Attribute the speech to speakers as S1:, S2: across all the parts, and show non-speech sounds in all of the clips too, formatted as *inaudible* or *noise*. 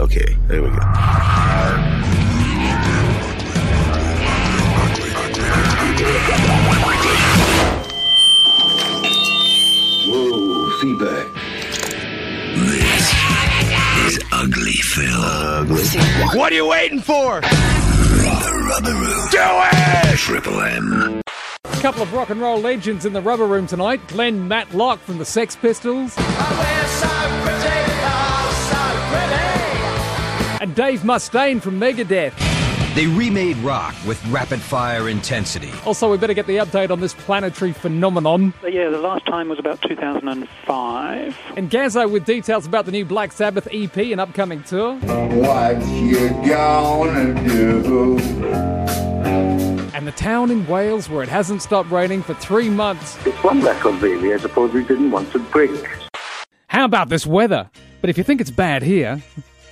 S1: Okay, there we go.
S2: Whoa, feedback.
S3: This is Ugly Phil.
S1: What are you waiting for?
S3: The Rubberoo.
S1: Do it!
S3: Triple M.
S4: couple of rock and roll legends in the rubber room tonight Glenn Matlock from the Sex Pistols and Dave Mustaine from Megadeth.
S5: They remade rock with rapid fire intensity.
S4: Also, we better get the update on this planetary phenomenon.
S6: Yeah, the last time was about 2005.
S4: And Gazzo with details about the new Black Sabbath EP and upcoming tour.
S2: What you gonna do?
S4: And the town in Wales where it hasn't stopped raining for three months.
S7: It's one record, really. I suppose we didn't want to break.
S4: How about this weather? But if you think it's bad here,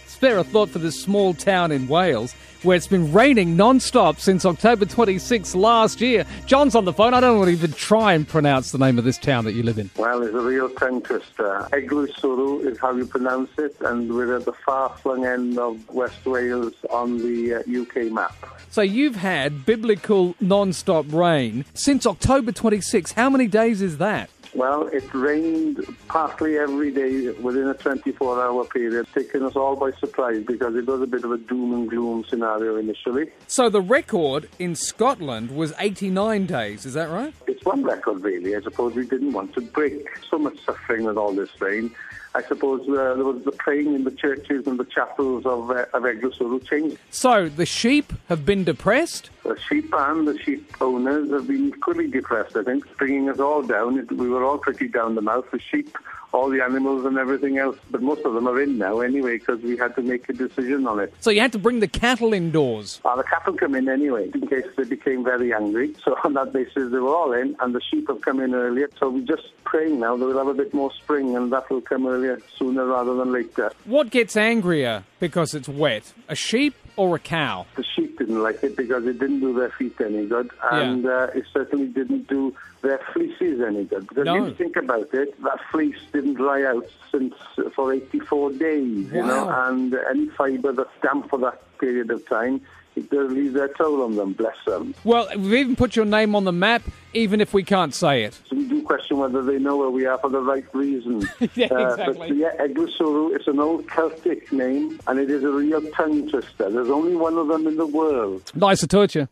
S4: spare a thought for this small town in Wales where it's been raining non stop since October 26 last year. John's on the phone. I don't want to even try and pronounce the name of this town that you live in.
S7: Well, it's a real tongue twister. Eglusuru is how you pronounce it, and we're at the far-flung end of West Wales on the uh, UK map.
S4: So you've had biblical non stop rain since October 26. How many days is that?
S7: Well, it rained partly every day within a 24-hour period, taking us all by surprise because it was a bit of a doom and gloom scenario initially.
S4: So the record in Scotland was 89 days, is that right?
S7: It's one record, really. I suppose we didn't want to break so much suffering with all this rain. I suppose uh, there was the praying in the churches and the chapels of, uh, of Eglusuru changed
S4: So the sheep have been depressed.
S7: The sheep and the sheep owners have been equally depressed, I think, bringing us all down. It- We were all pretty down the mouth, the sheep, all the animals and everything else. But most of them are in now anyway because we had to make a decision on it.
S4: So you had to bring the cattle indoors.
S7: Uh, the cattle come in anyway in case they became very angry. So *laughs* on that basis, they were all in and the sheep have come in earlier. So we're just praying now that we'll have a bit more spring and that will come earlier sooner rather than later.
S4: What gets angrier because it's wet? A sheep or a cow?
S7: the sheep didn't like it because it didn't do their feet any good, and uh, it certainly didn't do their fleeces any good. Because
S4: No.
S7: if you think about it, that fleece didn't dry out since uh, for 84 days, you know,
S4: Wow.
S7: and any fibre that's damp for that period of time, it does leave their toll on them, bless them.
S4: Well, we've even put your name on the map, even if we can't say it.
S7: So we do question whether they know where we are for the right reason.
S4: *laughs*
S7: Uh,
S4: Yeah,
S7: But
S4: exactly.
S7: yeah, Eglisuru, it's an old Celtic name, and it is a real tongue twister. There's only one of them in the world.
S4: Nice to touch you.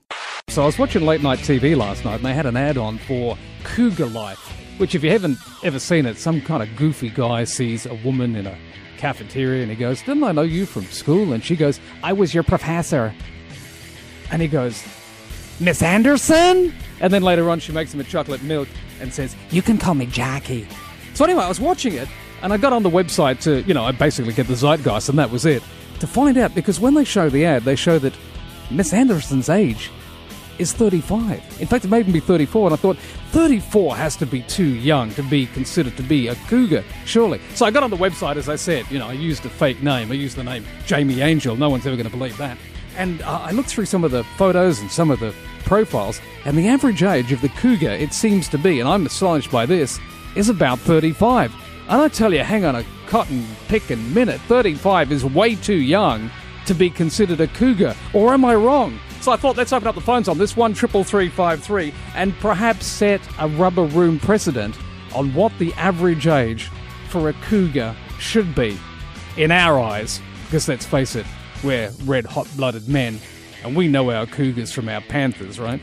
S4: So I was watching late night TV last night, and they had an ad on for Cougar Life, which, if you haven't ever seen it, some kind of goofy guy sees a woman in a cafeteria, and he goes, "Didn't I know you from school?" And she goes, "I was your professor." And he goes, "Miss Anderson." And then later on, she makes him a chocolate milk and says, "You can call me Jackie." So anyway, I was watching it, and I got on the website to, you know, I basically get the zeitgeist, and that was it. To find out, because when they show the ad, they show that Miss Anderson's age is 35. In fact, it may even be 34, and I thought, 34 has to be too young to be considered to be a cougar, surely. So I got on the website, as I said, you know, I used a fake name. I used the name Jamie Angel. No one's ever going to believe that. And uh, I looked through some of the photos and some of the profiles, and the average age of the cougar, it seems to be, and I'm astonished by this, is about 35. And I tell you, hang on a cotton picking minute, 35 is way too young to be considered a cougar, or am I wrong? So I thought let's open up the phones on this one triple three five three and perhaps set a rubber room precedent on what the average age for a cougar should be in our eyes. Because let's face it, we're red hot blooded men, and we know our cougars from our panthers, right?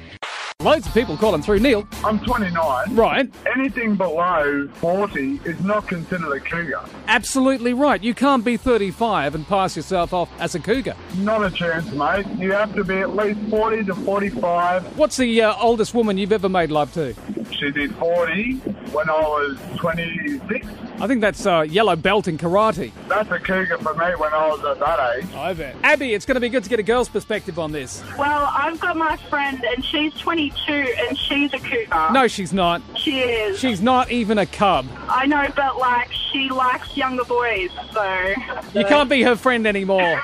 S4: Loads of people calling through Neil,
S8: I'm 29.
S4: right?
S8: Anything below 40 is not considered a cougar.
S4: Absolutely right. You can't be 35 and pass yourself off as a cougar.
S8: Not a chance, mate. You have to be at least 40 to 45.
S4: What's the uh, oldest woman you've ever made love to?
S8: She did 40 when I was 26.
S4: I think that's uh, yellow belt in karate.
S8: That's a cougar for me when I was at that age.
S4: I bet. Abby, it's going to be good to get a girl's perspective on this.
S9: Well, I've got my friend, and she's 22, and she's a cougar.
S4: No, she's not.
S9: she is.
S4: She's not even a cub.
S9: I know, but like, she likes younger boys, so.
S4: You can't be her friend *laughs* anymore.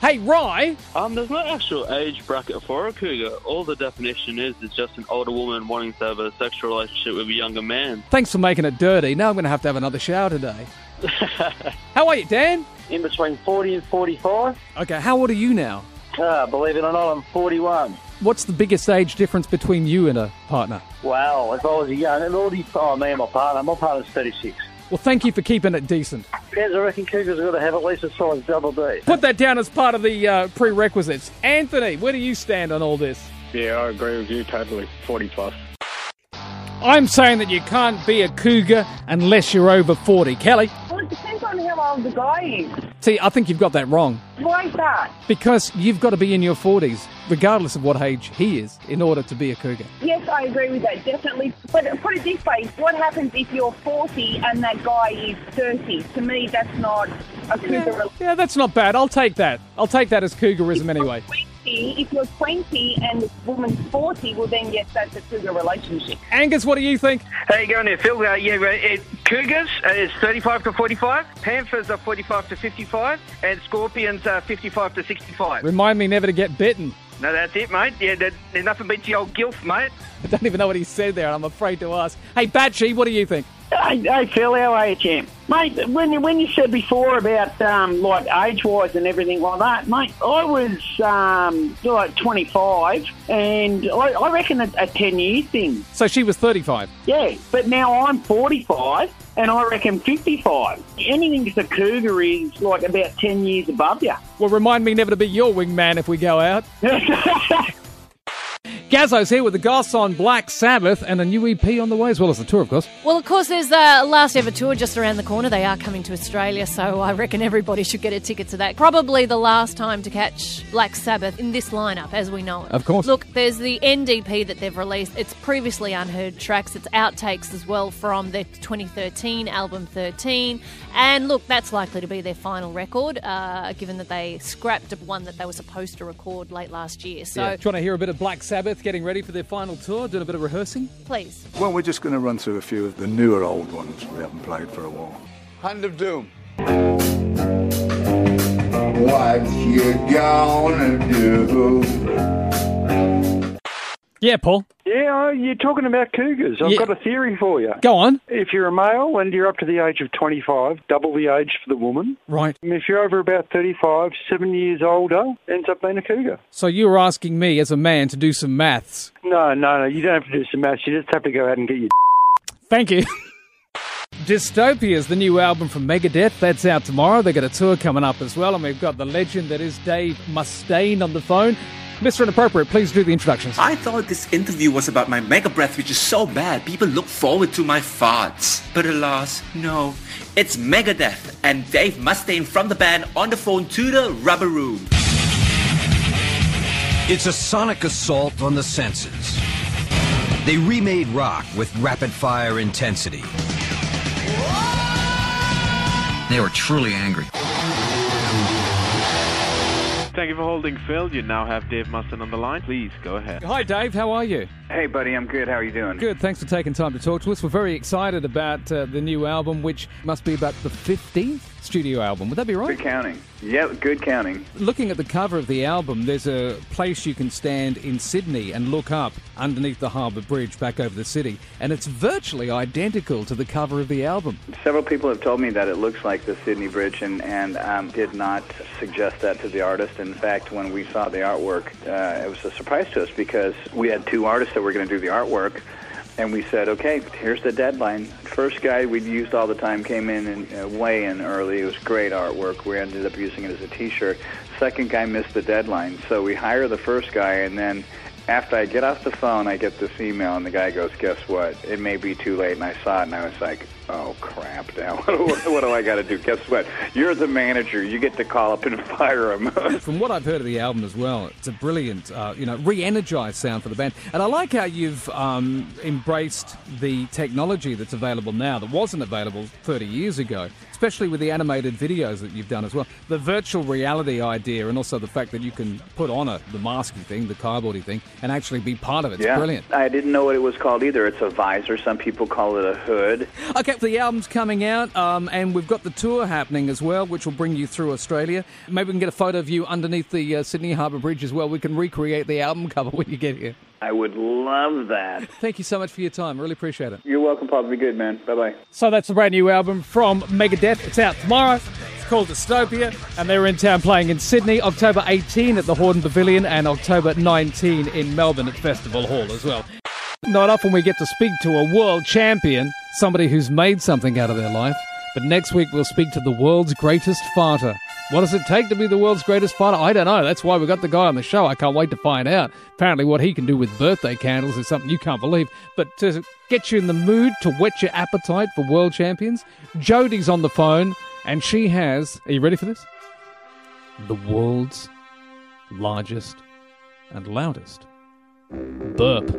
S4: hey, Rye,
S10: Um, there's no actual age bracket for a cougar. All the definition is is just an older woman wanting to have a sexual relationship with a younger man.
S11: *laughs*
S4: thanks for making it dirty. Now I'm going to have to have another shower today. How are you, Dan?
S11: In between 40 and 45.
S4: Okay, how old are you now?
S11: Uh, believe it or not, I'm 41.
S4: What's the biggest age difference between you and a partner?
S11: Wow, if I was a young, it already, oh, me and my partner, my partner's 36.
S4: Well, thank you for keeping it decent.
S11: Yes, I reckon Cougars are going to have at least a size double D.
S4: Put that down as part of the uh, prerequisites. Anthony, where do you stand on all this?
S12: Yeah, I agree with you totally. 40 plus.
S4: I'm saying that you can't be a cougar unless you're over 40. Kelly?
S9: Well, it depends on how old the guy is.
S4: See, I think you've got that wrong.
S9: Why is that?
S4: Because you've got to be in your 40s, regardless of what age he is, in order to be a cougar.
S9: Yes, I agree with that, definitely. But put it this way, what happens if you're 40 and that guy is 30? To me, that's not a cougar.
S4: Yeah, that's not bad. I'll take that. I'll take that as cougarism anyway.
S9: If you're 20 and the woman's 40, well then yes, that's a cougar relationship.
S4: Angus, what do you think?
S13: How you going there, Phil? Uh, yeah, uh, it, Cougars uh, is 35 to 45, Panthers are 45 to 55, and Scorpions are 55 to 65.
S4: Remind me never to get bitten.
S13: No, that's it, mate. Yeah, that, there's nothing beats the old gilf, mate.
S4: I don't even know what he said there, and I'm afraid to ask. Hey, Batchy, what do you think?
S6: Hey, hey Phil, how are you, champ? Mate, when you, when you said before about um, like age wise and everything like that, mate, I was um, like 25, and I, I reckon a, a 10 year thing.
S4: So she was 35.
S6: Yeah, but now I'm 45, and I reckon 55. Anything that's a cougar is like about 10 years above you.
S4: Well, remind me never to be your wingman if we go *laughs* out. Gazzo's here with the goss on Black Sabbath and a new EP on the way, as well as the tour, of course.
S14: Well, of course, there's the last ever tour just around the corner. They are coming to Australia, so I reckon everybody should get a ticket to that. Probably the last time to catch Black Sabbath in this lineup as we know it.
S4: Of course.
S14: Look, there's the NDP that they've released. It's previously unheard tracks, it's outtakes as well from their 2013 album 13. And look, that's likely to be their final record, uh, given that they scrapped one that they were supposed to record late last year. So,
S4: Yeah. Do you want to hear a bit of Black Sabbath getting ready for their final tour, doing a bit of rehearsing?
S14: please.
S15: Well, we're just going to run through a few of the newer old ones we haven't played for a while.
S2: Hand of Doom.
S4: What you gonna do? Yeah, Paul.
S7: Yeah, you're talking about cougars. I've got a theory for you.
S4: Go on.
S7: If you're a male and you're up to the age of 25, double the age for the woman.
S4: Right.
S7: And if you're over about 35, seven years older, ends up being a cougar.
S4: So you were asking me as a man to do some maths.
S7: No, no, no. You don't have to do some maths. You just have to go out and get your.
S4: Thank you. *laughs* Dystopia is the new album from Megadeth. That's out tomorrow. They've got a tour coming up as well, and we've got the legend that is Dave Mustaine on the phone. Mr. Inappropriate, please do the introductions.
S16: I thought this interview was about my mega breath, which is so bad. People look forward to my farts. But alas, no. It's Megadeth and Dave Mustaine from the band on the phone to the rubber room.
S5: It's a sonic assault on the senses. They remade rock with rapid fire intensity. They were truly angry.
S17: Thank you for holding, Phil. You now have Dave Mustin on the line. Please go ahead.
S4: Hi, Dave. How are you?
S8: Hey, buddy, I'm good. How are you doing?
S4: Good. Thanks for taking time to talk to us. We're very excited about uh, the new album, which must be about the 15th studio album. Would that be right?
S8: Good counting. Yeah, good counting.
S4: Looking at the cover of the album, there's a place you can stand in Sydney and look up underneath the Harbour Bridge back over the city, and it's virtually identical to the cover of the album.
S8: Several people have told me that it looks like the Sydney Bridge, and, and um, did not suggest that to the artist. In fact, when we saw the artwork, uh, it was a surprise to us because we had two artists that were going to do the artwork. And we said, okay, here's the deadline. First guy we'd used all the time came in and uh, way in early. It was great artwork. We ended up using it as a T-shirt. Second guy missed the deadline, so we hire the first guy, and then after I get off the phone, I get this email, and the guy goes, guess what? It may be too late. And I saw it, and I was like, oh crap! Now *laughs* what, do- what do I got to do? Guess what? You're the manager. You get to call up and *laughs* fire him.
S4: From what I've heard of the album as well, it's a brilliant, uh, you know, re-energized sound for the band. And I like how you've um, embraced the technology that's available now that wasn't available 30 years ago, especially with the animated videos that you've done as well. The virtual reality idea, and also the fact that you can put on a the masky thing, the cardboardy thing, and actually be part of it. It's brilliant.
S8: I didn't know what it was called either. It's a visor. Some people call it a hood.
S4: Okay, Yep, the album's coming out, um, and we've got the tour happening as well, which will bring you through Australia. Maybe we can get a photo of you underneath the uh, Sydney Harbour Bridge as well. We can recreate the album cover *laughs* when you get here.
S8: I would love that.
S4: Thank you so much for your time. Really appreciate it.
S8: *laughs* You're welcome, Pop. Be good, man. Bye bye.
S1: So that's the brand new album from Megadeth. It's out tomorrow. It's called Dystopia, and they're in town playing in Sydney, October 18 at the Horden Pavilion, and October 19 in Melbourne at Festival Hall as well.
S4: Not often we get to speak to a world champion, somebody who's made something out of their life. But next week we'll speak to the world's greatest fighter. What does it take to be the world's greatest fighter? I don't know. That's why we got the guy on the show. I can't wait to find out. Apparently, what he can do with birthday candles is something you can't believe. But to get you in the mood, to whet your appetite for world champions, Jody's on the phone, and she has. Are you ready for this? The world's largest and loudest burp.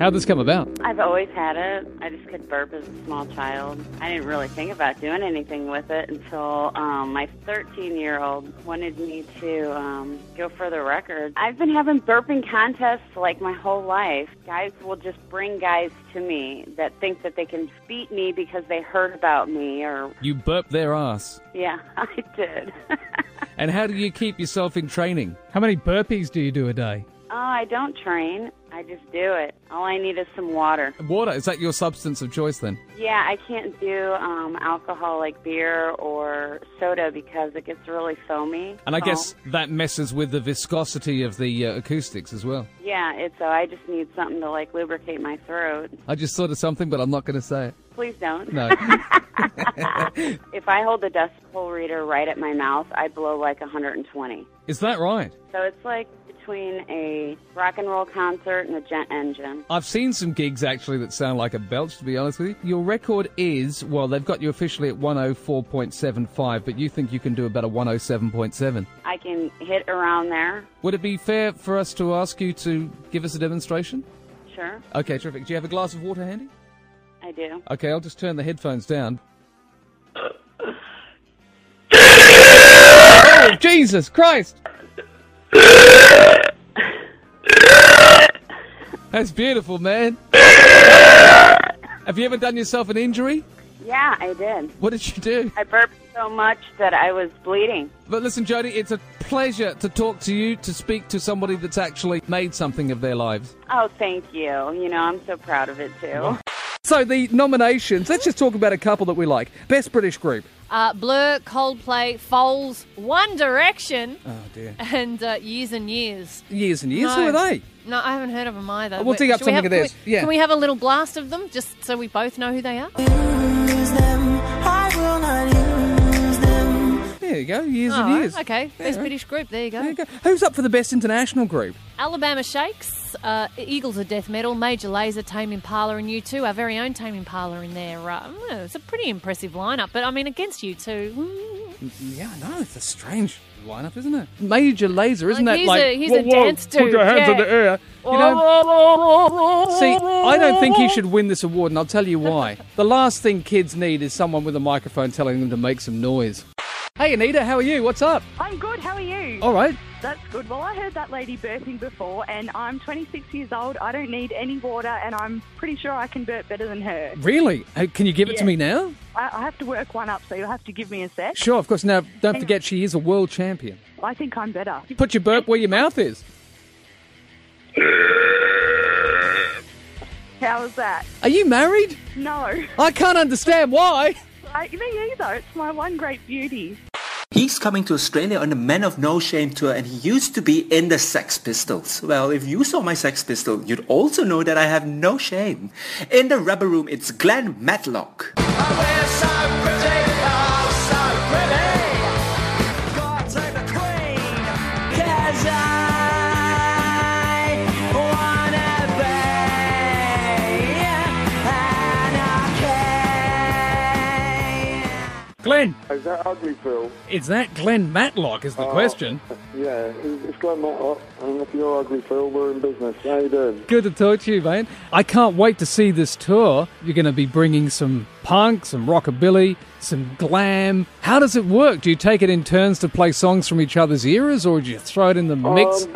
S4: How'd this come about?
S9: I've always had it. I just could burp as a small child. I didn't really think about doing anything with it until um, my 13 year old wanted me to um, go for the record. I've been having burping contests like my whole life. Guys will just bring guys to me that think that they can beat me because they heard about me or.
S4: You burped their ass.
S9: Yeah, *laughs* I did. oh,
S4: And how do you keep yourself in training?
S1: How many burpees do you do a day?
S9: Oh, I don't train. I just do it. All I need is some water.
S4: Water, is that your substance of choice then?
S9: Yeah, I can't do um, alcohol like beer or soda because it gets really foamy.
S4: And I
S9: So-
S4: guess that messes with the viscosity of the uh, acoustics as well.
S9: Yeah, it's so I just need something to like lubricate my throat.
S4: I just thought of something, but I'm not going to say it.
S9: Please don't.
S4: No.
S9: if I hold the dust pole reader right at my mouth, I blow like 120.
S4: Is that right?
S9: So it's like between a rock and roll concert and a jet engine.
S4: I've seen some gigs actually that sound like a belch, to be honest with you. Your record is, well, they've got you officially at 104.75, but you think you can do about a 107.7.
S9: I can hit around there.
S4: Would it be fair for us to ask you to give us a demonstration?
S9: Sure,
S4: Okay, terrific. Do you have a glass of water handy?
S9: I do.
S4: Okay, I'll just turn the headphones down. oh, Jesus Christ! That's beautiful, man. Have you ever done yourself an injury?
S9: Yeah, I did.
S4: What did you do?
S9: I burped so much that I was bleeding.
S4: But listen, Jody, it's a pleasure to talk to you, to speak to somebody that's actually made something of their lives.
S9: Oh, thank you. You know, I'm so proud of it too.
S4: *laughs* So, the nominations, let's just talk about a couple that we like. Best British Group.
S14: Uh, Blur, Coldplay, Foles, One Direction, *laughs*
S4: Oh, dear.
S14: and uh, Years and Years.
S4: Years and years. Who
S14: No.
S4: are they? Oh,
S14: No, I haven't heard of them either.
S4: We'll dig up
S14: Should we
S4: something
S14: have-
S4: of theirs.
S14: Can we,
S4: Yeah.
S14: can we have a little blast of them just so we both know who they are?
S4: There you go. Years
S14: Oh,
S4: and years.
S14: Okay, best British group. There you go.
S4: Who's up for the best international group?
S14: Alabama Shakes, uh, Eagles of Death Metal, Major Laser, Tame Impala, and U2. Our very own Tame Impala in there. Uh, mm, it's a pretty impressive lineup, but I mean, against U2. mm,
S4: Yeah, I know. It's a strange lineup, isn't it? Major Laser, isn't
S14: Like,
S4: that
S14: he's
S4: like
S14: a- he's a dance
S4: Put
S14: dude,
S4: your hands in
S14: yeah.
S4: the air. You know, see, I don't think he should win this award, and I'll tell you
S14: *laughs*
S4: why. the last thing kids need is someone with a microphone telling them to make some noise. Hey, Anita, how are you? What's up?
S18: I'm good. How are you?
S4: All right.
S18: That's good. Well, I heard that lady burping before, and I'm 26 years old. I don't need any water, and I'm pretty sure I can burp better than her.
S4: Really? Hey, Can you give it to
S18: Yeah.
S4: me now?
S18: I, I have to work one up, so you'll have to give me a sec.
S4: Sure, of course. Now, don't
S18: Hang
S4: forget, she is a world champion.
S18: I think I'm better.
S4: Put your burp where your mouth is.
S18: How was that?
S4: Are you married?
S18: No. *laughs*
S4: I can't understand why.
S18: I, me either. It's my one great beauty.
S5: He's coming to Australia on the Men of No Shame tour and he used to be in the Sex Pistols. Well, if you saw my Sex Pistol, you'd also know that I have no shame. In the rubber room, it's Glenn Matlock.
S1: Glenn,
S7: Is that ugly, Phil?
S1: is that Glenn Matlock? Is the question.
S7: Yeah, it's Glenn Matlock. And if you're ugly, Phil, we're in business. How you doing?
S4: Good to talk to you, man. I can't wait to see this tour. You're going to be bringing some punk, some rockabilly, some glam. How does it work? Do you take it in turns to play songs from each other's eras, or do you throw it in the mix?
S7: Um,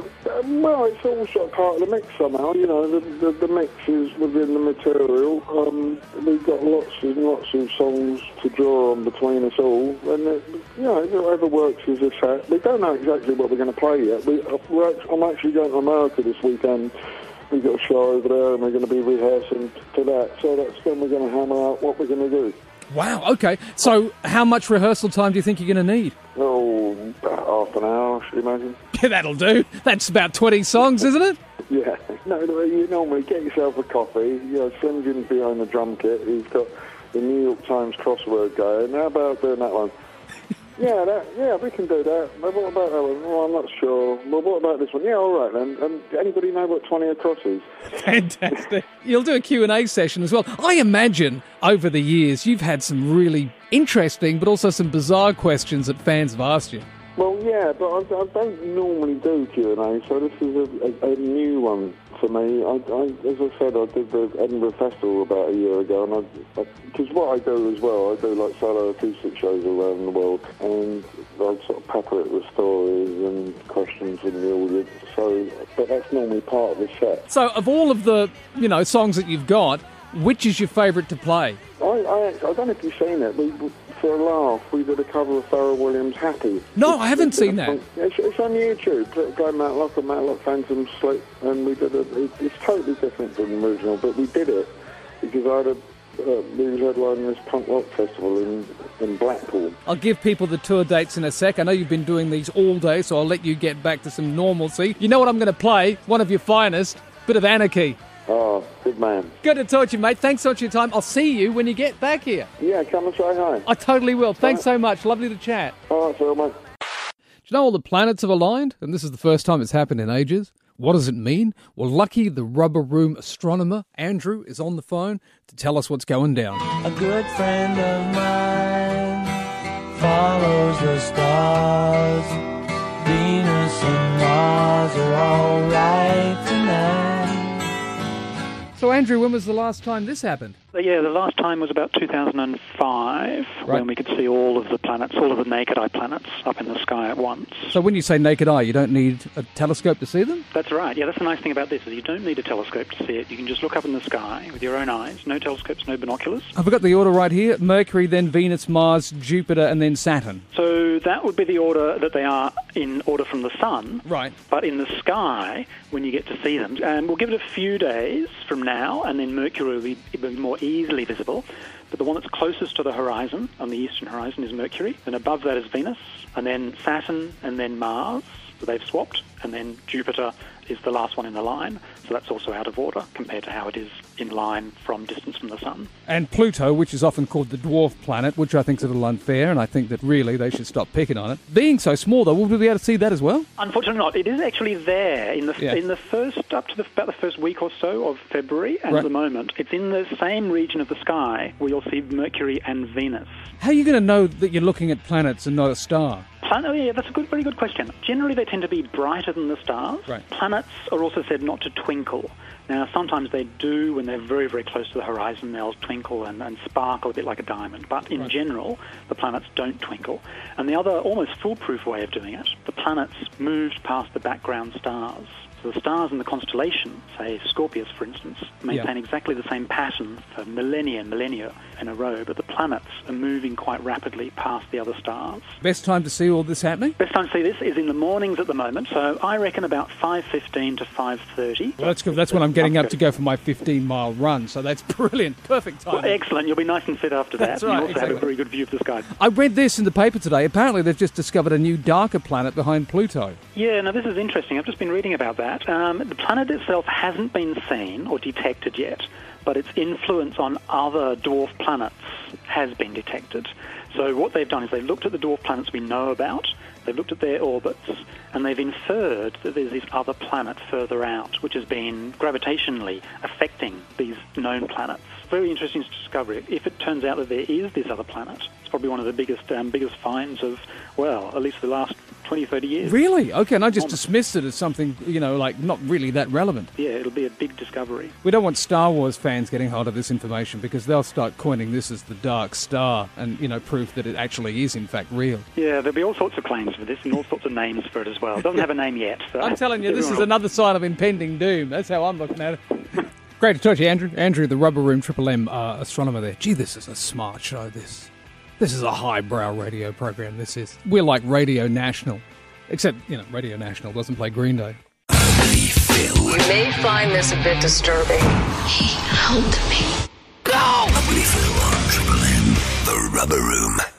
S7: Well, it's also part of the mix somehow. You know, the, the, the mix is within the material. Um, we've got lots and lots of songs to draw on between us all, and it, you know, whatever works is a set. We don't know exactly what we're going to play yet. We, uh, we're, act- I'm actually going to America this weekend. We've got a show over there, and we're going to be rehearsing for that. So that's when we're going to hammer out what we're going to do.
S4: Wow. Okay. So, how much rehearsal time do you think you're going to need? *laughs*
S7: Oh, about half an hour, I should imagine.
S4: That'll do. That's about 20 songs, isn't it?
S7: Yeah. *laughs* No, no, you normally get yourself a copy. You know, send in behind the drum kit. He's got the New York Times crossword going. How about doing that one? yeah, that, yeah, we can do that. But what about that one? Oh, I'm not sure. Well, what about this one? Yeah, all right then. Um, anybody know what 20 across is?
S4: Fantastic. You'll do a Q&A session as well. I imagine over the years you've had some really interesting but also some bizarre questions that fans have asked you.
S7: Well, yeah, but I, I don't normally do Q and A, so this is a, a, a new one for me. I, I, as I said, I did the Edinburgh Festival about a year ago, and because what I do as well, I do like solo acoustic shows around the world, and I sort of pepper it with stories and questions from the audience. So, but that's normally part of the set.
S4: So, of all of the you know songs that you've got, which is your favourite to play?
S7: I, I, I don't know if you've seen it. We, we- for a laugh, we did a cover of Pharrell Williams' Happy.
S4: No, I haven't
S7: it's,
S4: seen that.
S7: It's, it's on YouTube. Go Matlock and Matlock Phantom Slip, and we did it. it- It's totally different than the original, but we did it because I had a. Uh, we was headlining this punk rock festival in, in Blackpool.
S4: I'll give people the tour dates in a sec. I know you've been doing these all day, so I'll let you get back to some normalcy. You know what I'm going to play? One of your finest, bit of anarchy.
S7: Oh, good man.
S4: Good to talk to you, mate. Thanks so much for your time. I'll see you when you get back here.
S7: Yeah, come and say hi.
S4: I totally will. Thanks so much. Lovely to chat.
S7: All right, Phil, mate.
S4: Do you know all the planets have aligned? And this is the first time it's happened in ages. What does it mean? Well, lucky the rubber room astronomer, Andrew, is on the phone to tell us what's going down.
S19: A good friend of mine follows the stars. Venus and Mars are alright tonight.
S4: So, Andrew, when was the last time this happened?
S6: But Yeah, the last time was about 2005
S4: Right.
S6: when we could see all of the planets, all of the naked eye planets up in the sky at once.
S4: So, when you say naked eye, you don't need a telescope to see them?
S6: That's right. Yeah, that's the nice thing about this is you don't need a telescope to see it. You can just look up in the sky with your own eyes. No telescopes, no binoculars.
S4: I've got the order right here Mercury, then Venus, Mars, Jupiter, and then Saturn.
S6: So that would be the order that they are in order from the sun.
S4: Right.
S6: But in the sky, when you get to see them, and we'll give it a few days from now, and then Mercury will be, it'll be more easily visible. But the one that's closest to the horizon, on the eastern horizon, is Mercury. And above that is Venus, and then Saturn, and then Mars. So they've swapped, and then Jupiter is the last one in the line. So that's also out of order compared to how it is in line from distance from the sun.
S4: And Pluto, which is often called the dwarf planet, which I think is a little unfair, and I think that really they should stop picking on it. Being so small, though, will we be able to see that as well?
S6: Unfortunately, not. It is actually there in the
S4: Yeah.
S6: in the first up to the, about the first week or so of February. And
S4: Right.
S6: at the moment, it's in the same region of the sky where you'll see Mercury and Venus.
S4: How are you going to know that you're looking at planets and not a star?
S6: Planet, oh, yeah, that's a good, very good question. Generally, they tend to be brighter than the stars.
S4: Right.
S6: Planets are also said not to twinkle. Now, sometimes they do when they're very, very close to the horizon. They'll twinkle and, and sparkle a bit like a diamond. But in general, the planets don't twinkle. And the other almost foolproof way of doing it, the planets moved past the background stars. So the stars in the constellation, say Scorpius, for instance, maintain
S20: Yeah.
S6: exactly the same pattern for millennia and millennia in a row, but the planets are moving quite rapidly past the other stars.
S4: Best time to see all this happening?
S6: Best time to see this is in the mornings at the moment, so I reckon about 5.15 to 5.30.
S4: Well, that's good. That's when I'm getting up to go for my 15 mile run, so that's *laughs* brilliant. Perfect
S6: Well,
S4: timing.
S6: excellent. You'll be nice and fit after that.
S4: That's
S6: and
S4: right,
S6: you also have
S4: exactly.
S6: a very good view of the sky.
S4: I read this in the paper today. Apparently, they've just discovered a new darker planet behind Pluto.
S6: Yeah, now this is interesting. I've just been reading about that. Um, the planet itself hasn't been seen or detected yet, but its influence on other dwarf planets has been detected. So what they've done is they've looked at the dwarf planets we know about, they've looked at their orbits, and they've inferred that there's this other planet further out which has been gravitationally affecting these known planets. Very interesting discovery. If it turns out that there is this other planet, it's probably one of the biggest um, biggest finds of well, at least the last 20, 30 years.
S4: Really? Okay, and I just dismissed it as something, you know, like not really that relevant.
S6: Yeah, it'll be a big discovery.
S4: We don't want Star Wars fans getting hold of this information because they'll start coining this as the Dark Star and, you know, proof that it actually is, in fact, real.
S6: Yeah, there'll be all sorts of claims for this and all sorts of names for it as well. It doesn't have a name yet. So
S4: *laughs* I'm telling you, this is
S6: Everyone will-
S4: another sign of impending doom. That's how I'm looking at it. *laughs* Great to talk to you, Andrew. Andrew, the Rubber Room Triple M uh, astronomer there. Gee, this is a smart show, this. This is a highbrow radio program, this is. We're like Radio National. Except, you know, Radio National doesn't play Green Day.
S9: You may find this a bit disturbing. He held me.
S21: The Rubber Room.